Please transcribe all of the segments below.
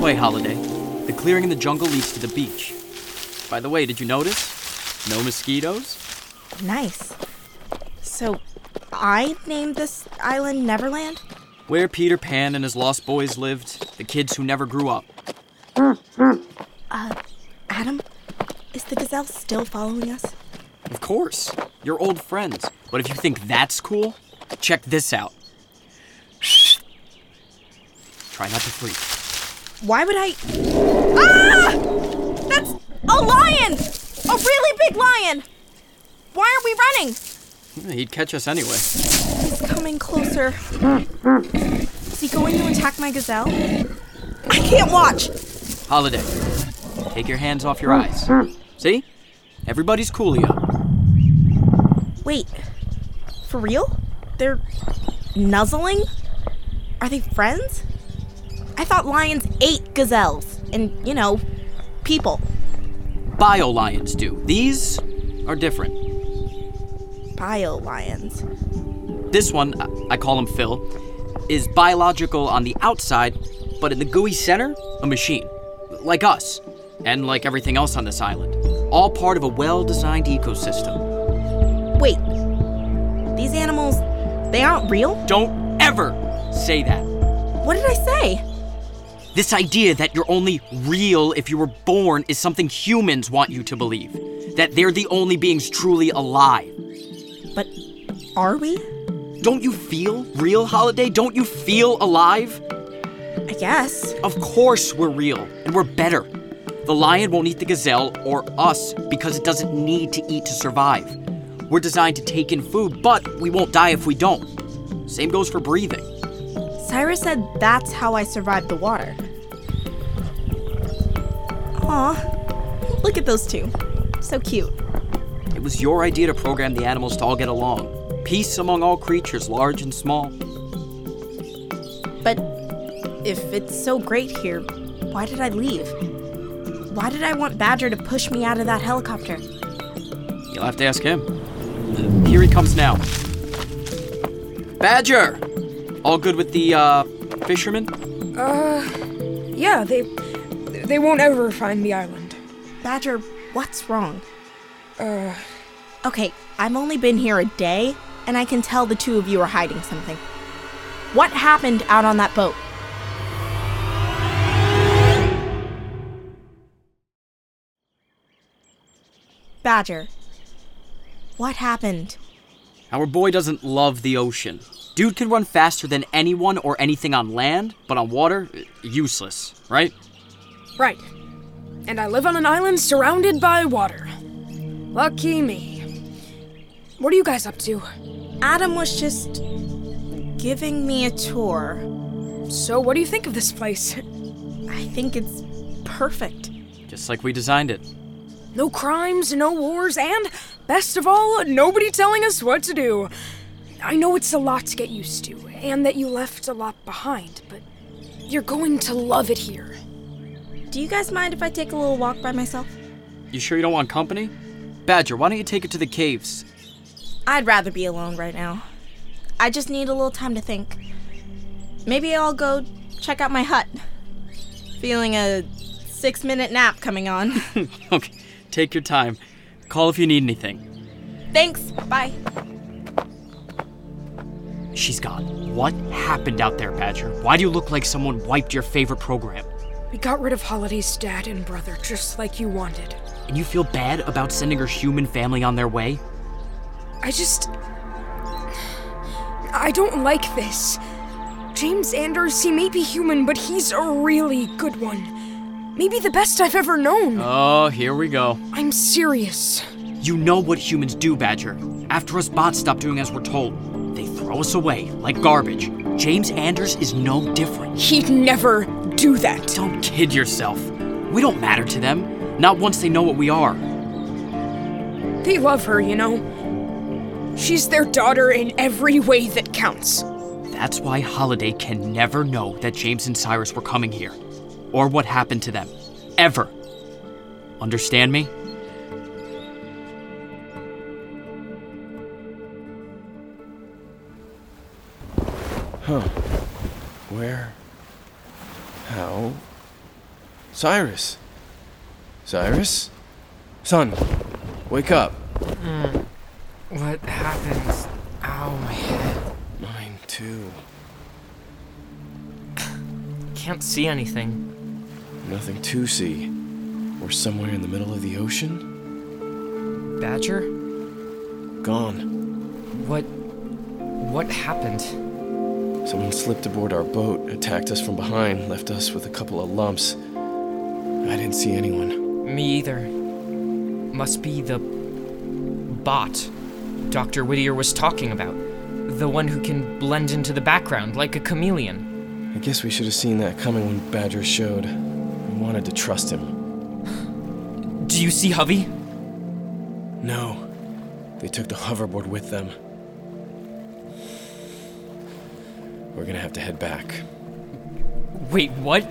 way, Holiday. The clearing in the jungle leads to the beach. By the way, did you notice? No mosquitoes? Nice. So, I named this island Neverland? Where Peter Pan and his lost boys lived, the kids who never grew up. Uh, Adam, is the gazelle still following us? Of course, you're old friends. But if you think that's cool, check this out. Shh. Try not to freak. Why would I? Ah! That's a lion! A really big lion! Why are we running? He'd catch us anyway. He's coming closer. Is he going to attack my gazelle? I can't watch! Holiday, take your hands off your eyes. See? Everybody's coolio. Wait, for real? They're nuzzling? Are they friends? I thought lions ate gazelles and, you know, people. Bio lions do. These are different. Bio lions. This one, I- I call him Phil, is biological on the outside, but in the gooey center, a machine. Like us, and like everything else on this island. All part of a well designed ecosystem. Wait, these animals, they aren't real? Don't ever say that. What did I say? This idea that you're only real if you were born is something humans want you to believe. That they're the only beings truly alive. But are we? Don't you feel real, Holiday? Don't you feel alive? I guess. Of course we're real, and we're better. The lion won't eat the gazelle or us because it doesn't need to eat to survive. We're designed to take in food, but we won't die if we don't. Same goes for breathing. Cyrus said that's how I survived the water. Aw, look at those two. So cute. It was your idea to program the animals to all get along. Peace among all creatures, large and small. But if it's so great here, why did I leave? Why did I want Badger to push me out of that helicopter? You'll have to ask him. Uh, Here he comes now. Badger! All good with the, uh, fisherman? Yeah, they they won't ever find the island. Badger, what's wrong? Uh, Okay, I've only been here a day, and I can tell the two of you are hiding something. What happened out on that boat? Badger, what happened? Our boy doesn't love the ocean. Dude can run faster than anyone or anything on land, but on water, uh, useless, right? right. And I live on an island surrounded by water. Lucky me. What are you guys up to? Adam was just giving me a tour. So, what do you think of this place? I think it's perfect. Just like we designed it. No crimes, no wars, and best of all, nobody telling us what to do. I know it's a lot to get used to, and that you left a lot behind, but you're going to love it here. Do you guys mind if I take a little walk by myself? You sure you don't want company? Badger, why don't you take it to the caves? I'd rather be alone right now. I just need a little time to think. Maybe I'll go check out my hut. Feeling a six minute nap coming on. okay, take your time. Call if you need anything. Thanks. Bye. She's gone. What happened out there, Badger? Why do you look like someone wiped your favorite program? We got rid of Holiday's dad and brother just like you wanted. And you feel bad about sending her human family on their way? I just. I don't like this. James Anders, he may be human, but he's a really good one. Maybe the best I've ever known. Oh, here we go. I'm serious. You know what humans do, Badger. After us bots stop doing as we're told, they throw us away like garbage. James Anders is no different. He'd never do that. Don't kid yourself. We don't matter to them, not once they know what we are. They love her, you know? She's their daughter in every way that counts. That's why Holiday can never know that James and Cyrus were coming here, or what happened to them. Ever. Understand me? Where? How? Cyrus. Cyrus? Son, wake up. What happens? Oh, Ow, my head. Mine too. Can't see anything. Nothing to see. We're somewhere in the middle of the ocean? Badger? Gone. What. What happened? Someone slipped aboard our boat, attacked us from behind, left us with a couple of lumps. I didn't see anyone. Me either. Must be the. bot Dr. Whittier was talking about. The one who can blend into the background like a chameleon. I guess we should have seen that coming when Badger showed. I wanted to trust him. Do you see Hovey? No. They took the hoverboard with them. We're gonna have to head back. Wait, what?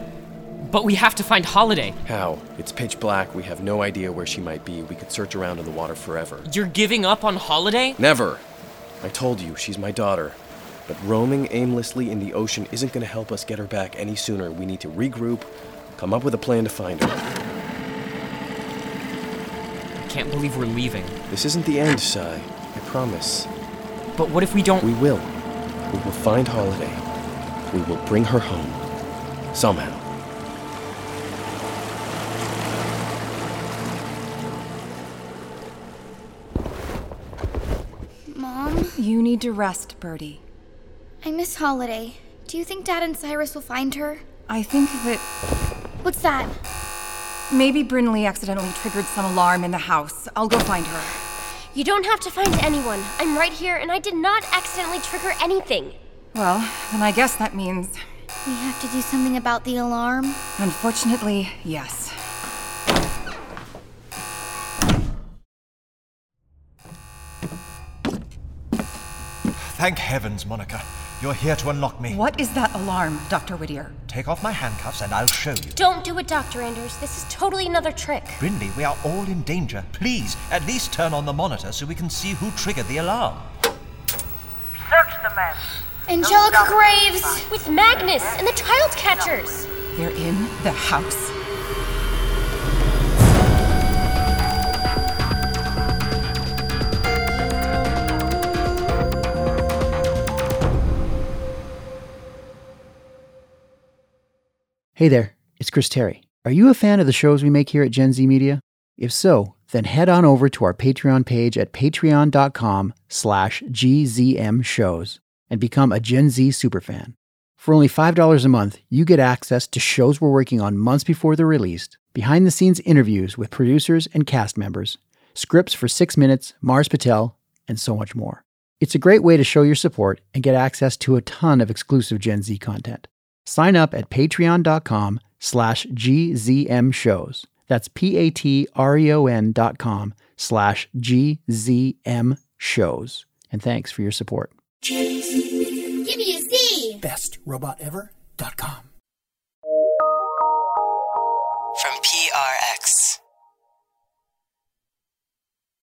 But we have to find Holiday. How? It's pitch black. We have no idea where she might be. We could search around in the water forever. You're giving up on Holiday? Never! I told you, she's my daughter. But roaming aimlessly in the ocean isn't going to help us get her back any sooner. We need to regroup, come up with a plan to find her. I can't believe we're leaving. This isn't the end, Sai. I promise. But what if we don't. We will. We will find Holiday. We will bring her home. Somehow. Mom, You need to rest, Birdie. I miss Holiday. Do you think Dad and Cyrus will find her? I think that What's that? maybe Brinley accidentally triggered some alarm in the house. I'll go find her. You don't have to find anyone. I'm right here, and I did not accidentally trigger anything. Well, then I guess that means, We have to do something about the alarm. unfortunately, yes. Thank heavens, Monica. You're here to unlock me. What is that alarm, Dr. Whittier? Take off my handcuffs and I'll show you. Don't do it, Dr. Anders. This is totally another trick. Brindley, we are all in danger. Please, at least turn on the monitor so we can see who triggered the alarm. Search the men. Angelica Graves! With Magnus and the child catchers. They're in the house. Hey there, it's Chris Terry. Are you a fan of the shows we make here at Gen Z Media? If so, then head on over to our Patreon page at patreon.com slash gzm shows and become a Gen Z superfan. For only $5 a month, you get access to shows we're working on months before they're released, behind-the-scenes interviews with producers and cast members, scripts for 6 Minutes, Mars Patel, and so much more. It's a great way to show your support and get access to a ton of exclusive Gen Z content. Sign up at patreon.com slash gzm shows. That's p-a-t-r-e-o-n dot com slash gzm shows. And thanks for your support. Give me a C! Robotever.com. From PRX.